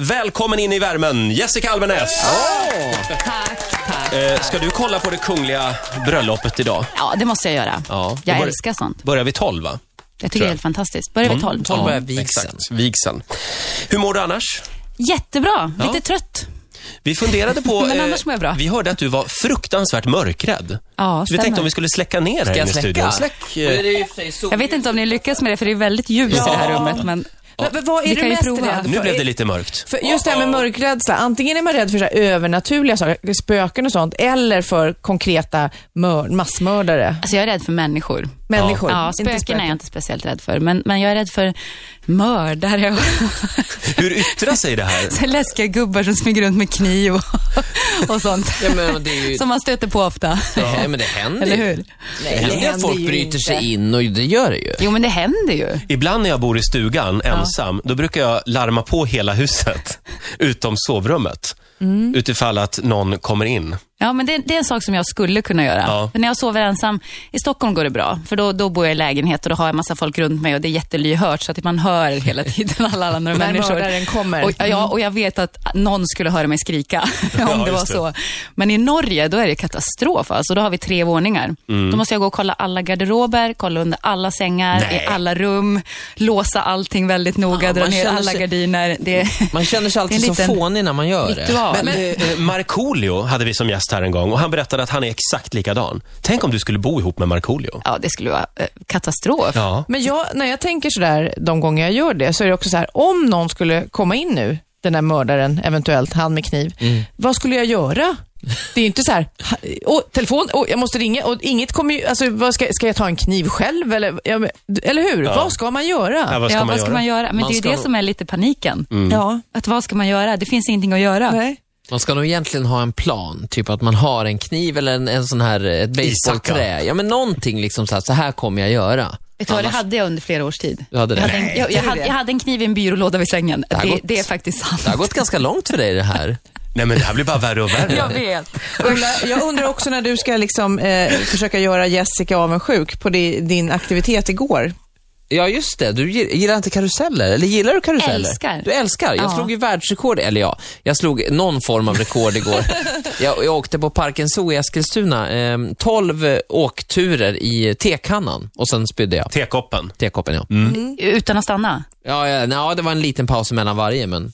Välkommen in i värmen, Jessica Almenäs. Tack, tack. Eh, Ska du kolla på det kungliga bröllopet idag? Ja, det måste jag göra. Ja. Jag Då bör- älskar sånt. Börjar vi tolv, va? Jag tror tycker det jag. Mm. är helt fantastiskt. Börjar vid tolv? Tolv börjar vigseln. Exakt, vigseln. Hur mår du annars? Jättebra. Ja. Lite trött. Vi funderade på... eh, Men annars mår jag bra. Vi hörde att du var fruktansvärt mörkrädd. Ja, Så vi tänkte stämmer. om vi skulle släcka ner här Ska jag inne i studion. släcka? Släck. Nu är eh, det ju i och för sig sol- Jag vet inte om ni lyckas med det, för det är väldigt ljust i det här rummet. Men Men- men vad är Vi du kan ju mest prova. rädd för? Nu blev det lite mörkt. För just det här med mörkrädsla, antingen är man rädd för så här övernaturliga saker, spöken och sånt, eller för konkreta mör- massmördare, alltså, jag är rädd för människor. människor. Ja, Inte spöken är jag inte speciellt rädd för, men, men jag är rädd för mördare och Hur yttrar sig det här? så läskiga gubbar som smyger runt med kniv och, och sånt. Ja, men det är ju... Som man stöter på ofta. Nej, men det händer Eller ju. hur? Det händer ju att folk bryter sig in och det gör det ju. Jo, men det händer ju. Ibland när jag bor i stugan ensam, då brukar jag larma på hela huset, utom sovrummet. Utifall att någon kommer in. Ja, men det, det är en sak som jag skulle kunna göra. Ja. För när jag sover ensam, i Stockholm går det bra, för då, då bor jag i lägenhet och då har jag massa folk runt mig och det är jättelyhört så att man hör hela tiden alla andra När människor. mördaren kommer. Och, ja, och jag vet att någon skulle höra mig skrika om Ja, det var just det. så. Men i Norge, då är det katastrof. Alltså, då har vi tre våningar. Då måste jag gå och kolla alla garderober, kolla under alla sängar, Nej. i alla rum, låsa allting väldigt noga, Ja, dra man ner känner alla sig- gardiner. Det är Man känner sig alltid Det är en så liten fånig när man gör det. ritual. Men, eh, Markoolio hade vi som gäst här en gång och han berättade att han är exakt likadan. Tänk om du skulle bo ihop med Markoolio. Ja, det skulle vara eh, katastrof. Ja. Men jag, när jag tänker sådär, de gånger jag gör det, så är det också så här, om någon skulle komma in nu, den där mördaren, eventuellt han med kniv, Mm. vad skulle jag göra? Det är ju inte så här, ha- åh, telefon, åh, jag måste ringa, och inget kommer ju, alltså, vad ska, ska jag ta en kniv själv? Eller, ja, men- eller hur? Vad ska Ja, man göra? vad Mm. ska ja, man vad göra? ska man göra? Men Man det är ju ska det nog- som är lite paniken. Ja. Att vad ska man göra? Det finns ingenting att göra. Nej. Man ska nog egentligen ha en plan, typ att man har en kniv eller en, en sån här, ett basebollträ. Ja men någonting liksom så här, så här kommer jag göra. Vet du vad, det hade jag under flera års tid. Du hade det? Jag, hade en, jag, jag, hade, jag hade en kniv i en byrålåda vid sängen. Det, har det, gått- är faktiskt sant. Det har gått ganska långt för dig det här. Nej men det här blir bara värre och värre. Jag vet. Ulla, jag undrar också när du ska liksom, eh, försöka göra Jessica avundsjuk på di, din aktivitet igår. Ja just det, du gi- gillar inte karuseller, eller gillar du karuseller? Älskar. Du älskar? Jag Ja. slog ju världsrekord, eller ja, jag slog någon form av rekord igår. jag, jag åkte på Parken Zoo i Eskilstuna, eh, 12 eh, åkturer i tekannan och sen spydde jag. Tekoppen. Tekoppen ja. Utan att stanna. Ja, ja, ja, det var en liten paus mellan varje men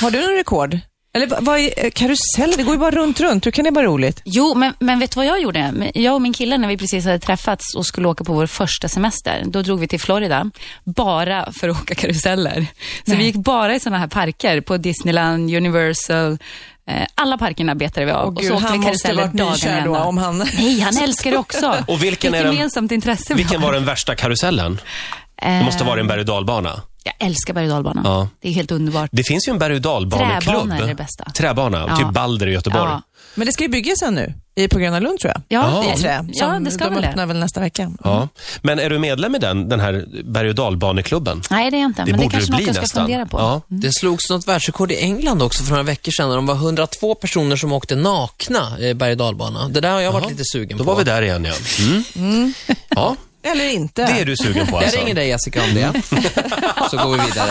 Har du någon rekord? Eller vad- vad är eh, karusell? Det går ju bara runt, runt. Hur kan det vara roligt? Jo, men, men vet du vad jag gjorde? Men Jag och min kille, när vi precis hade träffats och skulle åka på vår första semester, då drog vi till Florida, bara för att åka karuseller. Så vi gick bara i sådana här parker, på Disneyland, Universal, eh, alla parkerna betade vi av. Åh, gud, och så åkte han vi måste karuseller varit nykär dagen då, då, om han... Nej, han älskar det också. Och vilken är Ett den- gemensamt intresse vi Vilken har. var den värsta karusellen? Det måste vara en berg och dalbana. Jag älskar berg och dalbanan. Ja. Det är helt underbart. Det finns ju en berg och dalbaneklubb. Träbana är det bästa. Träbana, Ja. typ Balder i Göteborg. Ja. Men det ska ju byggas sen nu, i, på Gröna Lund tror jag. Ja, Ja. I trä. det, ja, som det ska de väl det. öppnar väl nästa vecka. Ja. Men är du medlem i den, den här berg och dalbaneklubben? Nej, det är jag inte. Det men det borde kanske du bli något jag ska nästan. fundera på. Ja. Det slogs något världsrekord i England också för några veckor sedan. när De var 102 personer som åkte nakna eh, berg och dalbana. Det där har jag varit lite sugen Då på. var vi där igen ja. Mm. Ja, Eller inte. det är du sugen på Jag alltså. ringer dig Jessica om det, så går vi vidare.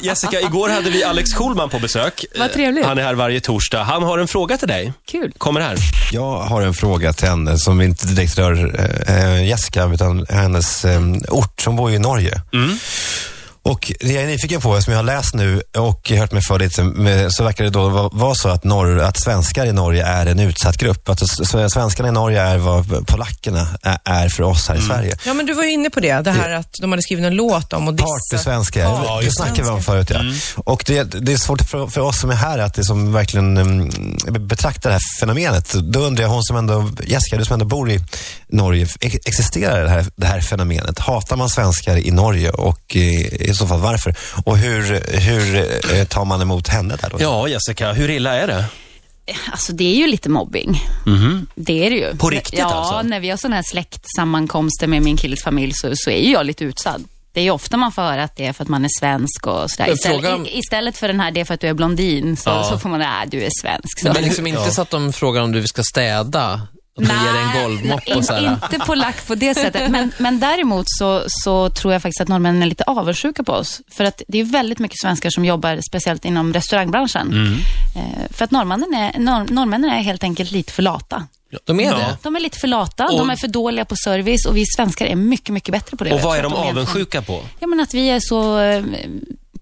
Jessica, igår hade vi Alex Schulman på besök. Vad trevligt. Han är här varje torsdag. Han har en fråga till dig. Kul. Kommer här. Jag har en fråga till henne som inte direkt rör eh, Jessica, utan hennes eh, ort. som bor ju i Norge. Och det jag är nyfiken på, som jag har läst nu och hört mig för lite, med, så verkar det då va- vara så att, norr, att svenskar i Norge är en utsatt grupp. Att s- s- svenskarna i Norge är vad polackerna ä- är för oss här i Sverige. Ja, men du var ju inne på det, det här att de hade skrivit en låt om att dissa. Partysvenska, ja, det Mm. snackade vi om förut. Ja. Och det, det är svårt för, för oss som är här att det som verkligen mm, betraktar det här fenomenet. Då undrar jag, hon som ändå, Jessica, du som ändå bor i Norge, ex- existerar det här, det här fenomenet? Hatar man svenskar i Norge och eh, i så fall varför? Och hur, hur eh, tar man emot henne där då? Ja, Jessica, hur illa är det? Alltså det är ju lite mobbing. Det är det ju. På riktigt ja, alltså? när vi har sådana här släktsammankomster med min killes familj så, så är ju jag lite utsatt. Det är ju ofta man får höra att det är för att man är svensk och sådär. Men Istället, frågan- i- istället för den här, det är för att du är blondin, så, Ja. så får man, nej, du "Äh, är svensk. Så. liksom Men liksom inte så att de frågar om du ska städa Och du ger dig en golvmopp och så här. inte polack på det sättet. Men, men däremot så, så tror jag faktiskt att norrmännen är lite avundsjuka på oss. För att det är väldigt mycket svenskar som jobbar, speciellt inom restaurangbranschen. Eh, För att norrmännen är, norr, norrmännen är helt enkelt lite för lata. De är Ja. det? De är lite för lata, Och- de är för dåliga på service och vi svenskar är mycket, mycket bättre på det. Och Jag vad tror är de att helt- avundsjuka på? Ja, men att vi är så eh,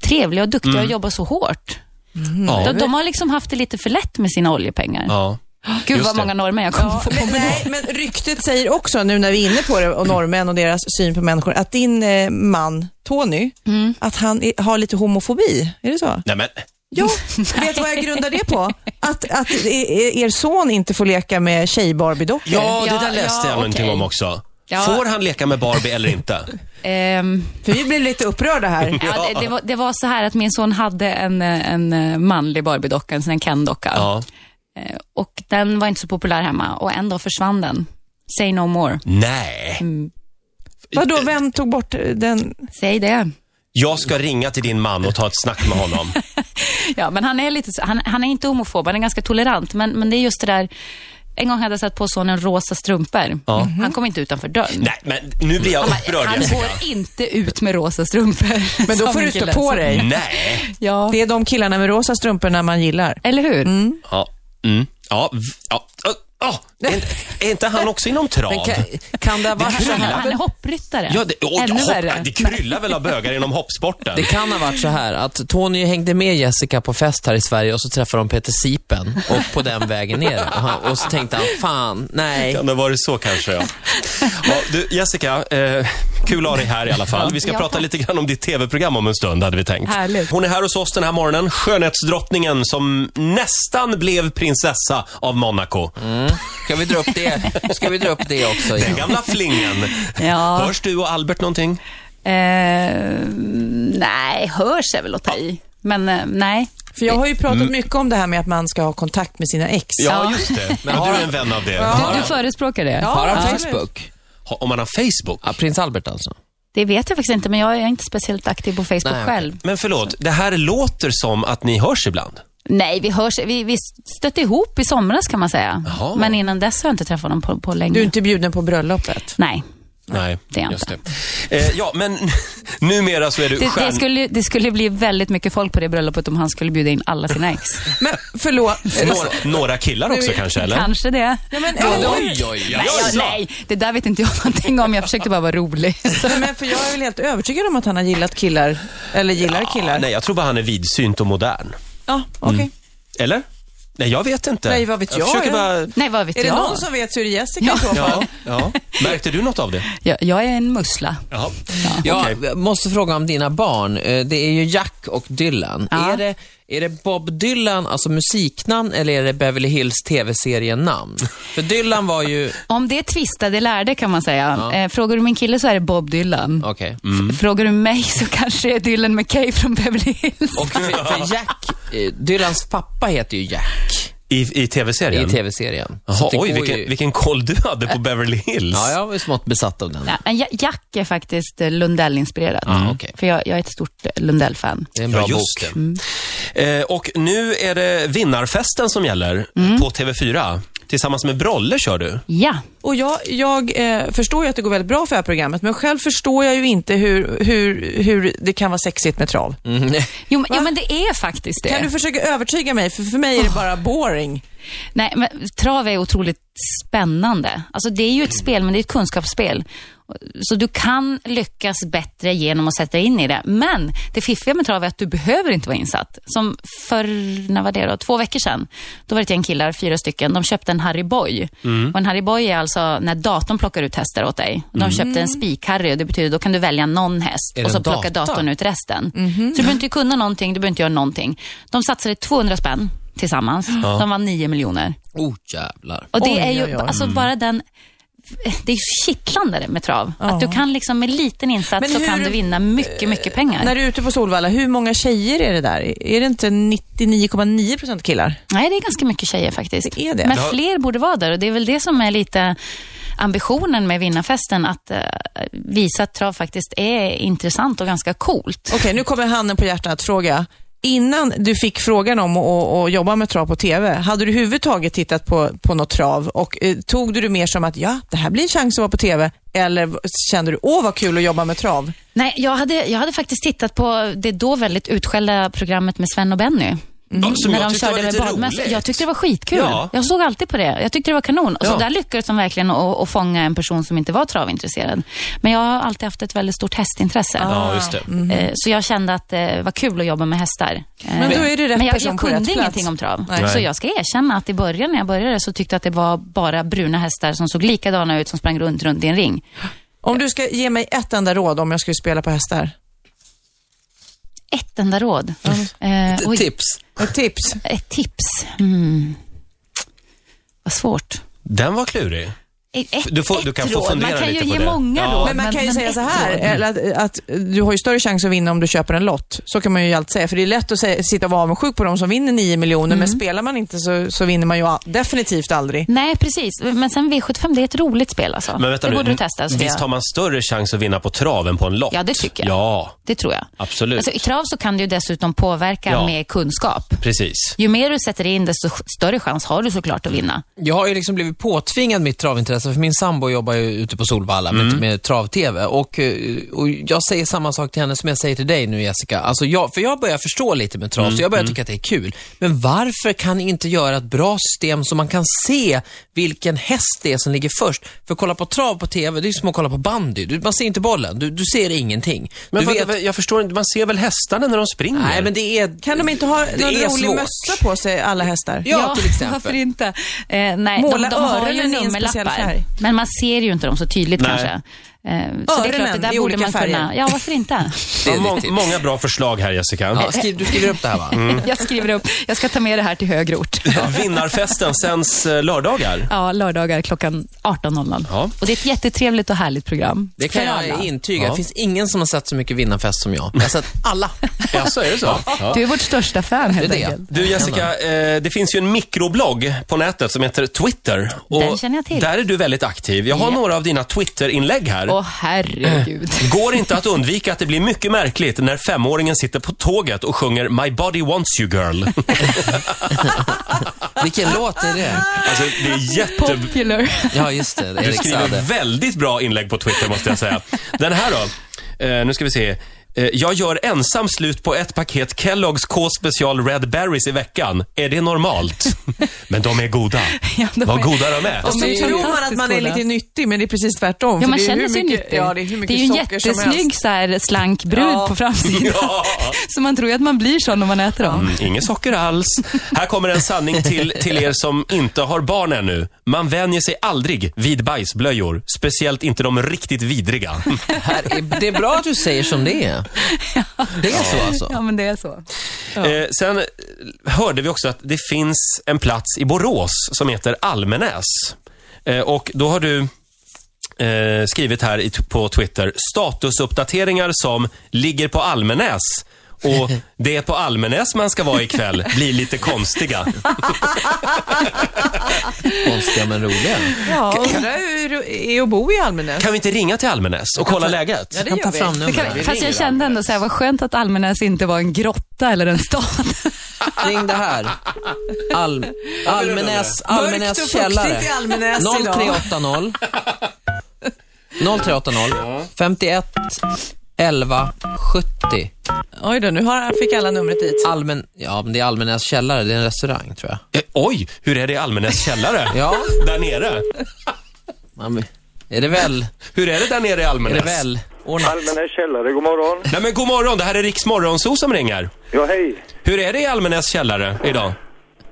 trevliga och duktiga och jobbar så hårt. Mm. Ja. De, de har liksom haft det lite för lätt med sina oljepengar. ja. Gud just vad det. många norrmän jag kommer få på Men, nej, men ryktet säger också, nu när vi är inne på det, och norrmän och deras syn på människor, att din eh, man Tony, Mm. att han är, har lite homofobi. Är det så? Nej, men, Jo, vet du vad jag grundar det på? Att, att e- er son inte får leka med tjej-Barbie-dockor. ja, det där Ja, läste jag ja, någonting okej. om också. Ja. Får han leka med Barbie eller inte? Ehm, För vi blev lite upprörda här. Ja, det, det, var, det var så här att min son hade en, eh, en eh, manlig Barbie-docka, en sån här Ken-docka. Ja. Eh, Och den var inte så populär hemma och en dag försvann den. Say no more. Nej. Vadå, vem tog bort den? Säg det. Jag ska ringa till din man och ta ett snack med honom. Ja, men han är lite så- han, han är inte homofob, han är ganska tolerant. Men, men det är just det där, en gång hade jag satt på sonen rosa strumpor. Han kom inte utanför dörren. Mm-hmm. Nej, men nu blir jag upprörd Han Jessica. går inte ut med rosa strumpor. Men då sa får min du stå kille. på dig. Nej. Ja, Det är de killarna med rosa strumporna man gillar. eller hur? Ja. Mm. Ja. v- ja. Ö- ja. Är, inte- är inte han också inom trav? Men kan, kan det ha varit så Alltså, Han, här? han är hoppryttare. Ja, det, och, Ännu hopp, värre. det kryllar väl av bögar inom hoppsporten? Det kan ha varit så här att Tony hängde med Jessica på fest här i Sverige och så träffade de Peter Sipen och på den vägen ner. Och, han, och så tänkte han, fan, nej. Kan det ha varit så kanske, ja. ja du, Jessica, eh, kul att ha dig här i alla fall. Vi ska Ja, prata tack. lite grann om ditt tv-program om en stund, hade vi tänkt. Härligt. Hon är här hos oss den här morgonen, skönhetsdrottningen som nästan blev prinsessa av Monaco. Mm. Ska vi dra upp det, Ska vi dra upp det också? Den Igen? gamla flingen. Ja. Hörs du och Albert någonting? Eh, nej, hörs är väl att ta i. Men eh, nej. För jag har ju pratat mycket om det här med att man ska ha kontakt med sina ex. Ja, just det. Men har du är han- en vän av det. Du, du förespråkar det? Ja, Har han absolut. Facebook? Ha- Om man har Facebook. Ja, Prins Albert alltså. Det vet jag faktiskt inte, men jag är inte speciellt aktiv på Facebook Nej, okej. själv. Men förlåt, det här låter som att ni hörs ibland. Nej, vi, hörs, vi, vi stötte ihop i somras kan man säga. Jaha. Men innan dess har jag inte träffat honom på, på länge. Du är inte bjuden på bröllopet. Nej, Nej, det är jag just inte. det. Eh, ja, men numera så är du Det, det, stjärn... skulle, det skulle bli väldigt mycket folk på det bröllopet om han skulle bjuda in alla sina ex. Men förlåt. Några, Eh, några killar också Nu- kanske, eller? Kanske det. Ja, men, Oj, oj, Nej, ja, Jaså? nej, det där vet inte jag någonting om. Jag försökte bara vara rolig. Nej, men för jag är väl helt övertygad om att han har gillat killar. Eller gillar Ja, killar. nej, jag tror bara han är vidsynt och modern. Ja, okej. Eller? Nej, jag vet inte. Nej, vad vet Mm. jag? försöker bara... Nej, vad vet Är det jag? någon som vet så är det Jessica i så fall. Ja, ja. Märkte du något av det? jag? Jag är en mussla. Jaha. Jag Okej. måste fråga om dina barn. Eh, Det är ju Jack och Dylan. Ja. Är, det, är det Bob Dylan, alltså musiknamn, eller är det Beverly Hills tv-serien-namn? För Dylan var ju... Om det är tvistade lärde kan man säga. Eh, frågar du min kille så är det Bob Dylan. Okej. Mm. F- Frågar du mig så kanske det är Dylan McKay från Beverly Hills. Och för, för Jack, eh, Dylans pappa heter ju Jack I, I tv-serien? i tv-serien. Så Jaha, det oj, går vilken, ju- vilken koll du hade på Beverly Hills. Ja, jag var ju smått besatt av den. Ja, men Ja- Jack är faktiskt eh, Lundell-inspirerat. Ja, okej. För jag, jag är ett stort eh, Lundell-fan. Det är en bra Ja, just bok. det. Eh, och nu är det vinnarfesten som gäller på TV4. Tillsammans med Brolle kör du. Ja, Och jag, jag eh, förstår ju att det går väldigt bra för det här programmet, men själv förstår jag ju inte hur, hur, hur det kan vara sexigt med trav. Mm. jo, men- jo men det är faktiskt det. Kan du försöka övertyga mig? För, för mig är det bara boring. Nej, men trav är otroligt spännande. Alltså, det är ju Mm. ett spel, men det är ett kunskapsspel. Så du kan lyckas bättre genom att sätta dig in i det. Men det fiffiga med trav är att du behöver inte vara insatt. Som för, när var det då? Två veckor sedan. Då var det ett gäng killar, fyra stycken. De köpte en Harry Boy. Mm. Och en Harry Boy är alltså när datorn plockar ut hästar åt dig. Och de köpte en spik-Harry och det betyder då kan du välja någon häst Är det och så en plockar dator? datorn ut resten. Mhm. Så du behöver inte kunna någonting, du behöver inte göra någonting. De satsade 200 spänn tillsammans. De vann 9 miljoner. Oh, jävlar. Och det Oj, är ju oj, Mm. oj. Alltså, bara den... Det är ju kittlande med trav. Att du kan liksom med liten insats Men så hur- kan du vinna mycket, mycket pengar. När du är ute på Solvalla, hur många tjejer är det där? Är det inte 99,9% killar? Nej, det är ganska mycket tjejer faktiskt. Det är det. Men Ja. fler borde vara där och det är väl det som är lite ambitionen med vinnarfesten, att eh, visa att trav faktiskt är intressant och ganska coolt. Okej, nu kommer handen på hjärtat. Fråga. innan du fick frågan om att, att jobba med trav på TV, hade du överhuvudtaget tittat på, på något trav och eh, tog du det mer som att ja, det här blir en chans att vara på TV eller v- kände du åh vad kul att jobba med trav? Nej, jag hade, jag hade faktiskt tittat på det då väldigt utskällda programmet med Sven och Benny. Ja, som när jag de tyckte körde var med lite badmössa. roligt. Jag tyckte det var skitkul. Ja. Jag såg alltid på det. Jag tyckte det var kanon. Och Ja. så där lyckades de verkligen att, att fånga en person som inte var travintresserad. Men jag har alltid haft ett väldigt stort hästintresse. Ja, just det. Eh, Så jag kände att det var kul att jobba med hästar. Eh, Men då är det rätt Men jag, person jag på kunde rätt plats. ingenting om trav. Nej. Så jag ska erkänna att i början när jag började så tyckte jag att det var bara bruna hästar som såg likadana ut som sprang runt, runt i en ring. Om du ska ge mig ett enda råd om jag skulle spela på hästar, Ett enda råd. Eh, oj. Tips. ett tips? Ett tips. Mm. Vad svårt. Den var klurig. Ett, Du får- du ett kan få råd. fundera Man kan lite ju på ge det. många Ja. råd. Men man kan ju säga ett så här, råd. eller att, att du har ju större chans att vinna om du köper en lott. Så kan man ju alltid säga, för det är lätt att säga, sitta och vara avundsjuk på de som vinner 9 miljoner, men spelar man inte så, så vinner man ju all, definitivt aldrig. Nej, precis. Men sen V75, det är ett roligt spel alltså. Men vänta det nu, borde du testa. Sofia. visst har man större chans att vinna på trav än på en lott? Ja, det tycker jag. Ja, Det tror jag. absolut. Alltså, I trav så kan du ju dessutom påverka Ja. med kunskap. Precis. Ju mer du sätter in, desto större chans har du såklart att vinna. Jag har ju liksom blivit påtvingad mitt travintresse, för min sambo jobbar ju ute på Solvalla Mm. med, med trav-tv. Och, eh, och jag säger samma sak till henne som jag säger till dig nu Jessica. Alltså jag, för jag börjar förstå lite med trav, så jag börjar Mm, tycka att det är kul. Men varför kan ni inte göra ett bra system så man kan se vilken häst det är som ligger först? För att kolla på trav på tv, det är ju som att kolla på bandy. Du, man ser inte bollen, du, du ser ingenting. Men du vad, vet, jag förstår inte, man ser väl hästarna när de springer? nej, men det är... Kan de inte ha Det någon är rolig svårt. mössa på sig, alla hästar? Ja, till exempel. Varför inte? Eh, nej, Måla de, de har ju öronen i en speciell nummerlappar. färg. Men man ser ju inte dem så tydligt Nej. kanske. Eh, så det är klart, Öronen det där borde i olika man färger. kunna. Ja, varför inte? det är Ja, må- ditt tips. många bra förslag här, Jessica. Ja, skriv, du skriver upp det här va? Mm. Mm. Jag skriver upp. Jag ska ta med det här till högre ort. Vinnarfesten sänds eh, lördagar. Ja, lördagar klockan 18.00. Ja. Och det är ett jättetrevligt och härligt program. Det kan för jag alla. intyga. Ja. Det finns ingen som har sett så mycket vinnarfest som jag. Jag har sett alla. Jaså, är det så? Ja. Du är vårt största fan helt Det är det. enkelt. Du Jessica, eh, det finns ju en mikroblogg på nätet som heter Twitter. Och Den känner jag till. Där är du väldigt aktiv. Jag har Ja. några av dina Twitter-inlägg här. Åh herregud. Mm. Går inte att undvika att det blir mycket märkligt när femåringen sitter på tåget och sjunger My body wants you girl. Vilken låt är det? Alltså, det är jätte... Popular. Alltså, Ja, just det. det är Du Erik skriver Saade. väldigt bra inlägg på Twitter måste jag säga. Den här då. Eh, nu ska vi se. Eh, jag gör ensam slut på ett paket Kellogg's K-special Red Berries i veckan. Är det normalt? Men de är goda. Ja, de Vad är- goda de är. Och så De är ju tror man att fantastiskt man är coola. lite nyttig, men det är precis tvärtom. Ja, för man det är känner hur sig mycket, nyttig. Ja, det är hur mycket ju en socker som helst. jättesnygg så här, slank brud Ja. på framsidan. Ja. Så man tror ju att man blir sån om man äter dem. Mm, Inget socker alls. Här kommer en sanning till, till er som inte har barn ännu. Man vänjer sig aldrig vid bajsblöjor. Speciellt inte de riktigt vidriga. Här är, det är bra att du säger som det är. Det är så alltså? Ja, men det är så. Eh, sen hörde vi också att det finns en plats i Borås som heter Almenäs. Eh, och då har du eh, skrivit här i, på Twitter, statusuppdateringar som ligger på Almenäs och det är på Almenäs man ska vara ikväll, blir lite konstiga. Konstiga men roliga. Ja, undrar hur det är att bo i Almenäs. Kan vi inte ringa till Almenäs och kolla läget? Ja, det Kan ta gör vi. fram Det Det numret. kan, fast jag kände ändå så här, vad skönt att Almenäs inte var en grotta eller en stad. Ring det här. Al, Almenäs, Mörkt och Almenäs källare. fuktigt i Almenäs idag. 0380 0380 51 11 70. Oj då, nu har, fick alla numret dit. Almen, ja, men det är Almenäs källare. Det är en restaurang tror jag. Eh, oj, hur är det i Almenäs källare? Ja. Där nere? Ja, men Är det väl? Hur är det där nere i Är Almenäs? det väl? Ordnat. Almenäs källare, god morgon. Nej men god morgon, det här är Riks Morgonzoo som ringer. Ja, hej. Hur är det i Almenäs källare idag?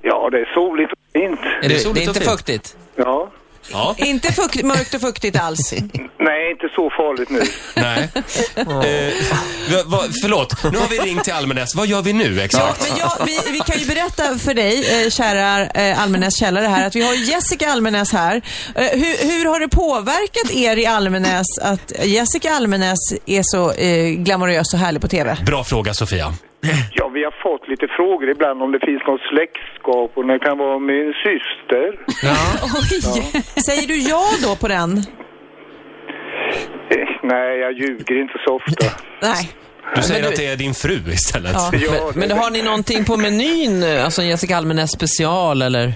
Ja, det är soligt och fint. Är Det är det, det soligt är inte och fint. fuktigt? Ja. Ja. Inte fukt, mörkt och fuktigt alls. Nej, inte så farligt nu. Nej. Eh, va, va, förlåt, nu har vi ringt till Almenäs. Vad gör vi nu exakt? Men jag, vi, vi kan ju berätta för dig, eh, kära eh, Almenäs källare här, att vi har Jessica Almenäs här. Eh, hur, hur har det påverkat er i Almenäs att Jessica Almenäs är så eh, glamorös och härlig på TV? Bra fråga Sofia. Ja, vi har fått lite frågor ibland om det finns något släktskap och det kan vara min syster. Säger du ja då på den? Eh, Nej, jag ljuger inte så ofta. Nej. Du säger du- att det är din fru istället. Ja. Ja, Men, men har ni någonting på menyn? Alltså en Jessica Almenäs special eller?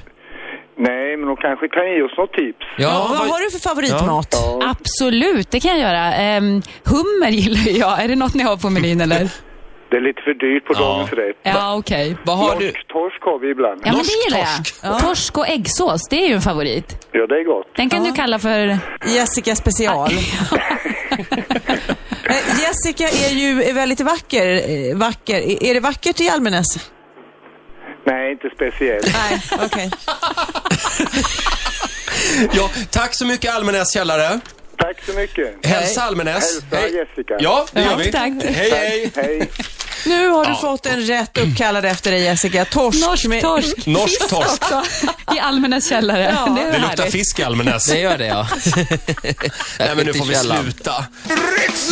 Nej, men de kanske kan ge oss något tips. Ja, vad vad- har du för favoritmat? Absolut, det kan jag göra. Ehm, hummer gillar jag. Är det något ni har på menyn eller? Det är lite för dyrt på Ja. dagens rätt. Ja, okej. vad har du? Norsk torsk har vi ibland. Ja, men Norsk det gillar jag. torsk. Ja. Torsk och äggsås, det är ju en favorit. Ja, det är gott. Den kan Ja. du kalla för... Jessica special. Men Jessica är ju är väldigt vacker. eh, vacker. Är- Är det vackert i Almenäs? Nej, inte speciellt. Nej, okej. Ja, tack så mycket Almenäs källare. Tack så mycket. Hälsa Almenäs. Hälsa Jessica. Ja, det gör Ja, vi. tack. Hej, hej. Hej. Nu har du fått en rätt uppkallad efter dig Jessica. Torsk. Norsk med- torsk Norsk torsk. i Almenäs källare. Ja. Det är Det härligt. luktar fisk i Almenäs. Det gör det ja. Nej, men nu får vi Källan. sluta. Riks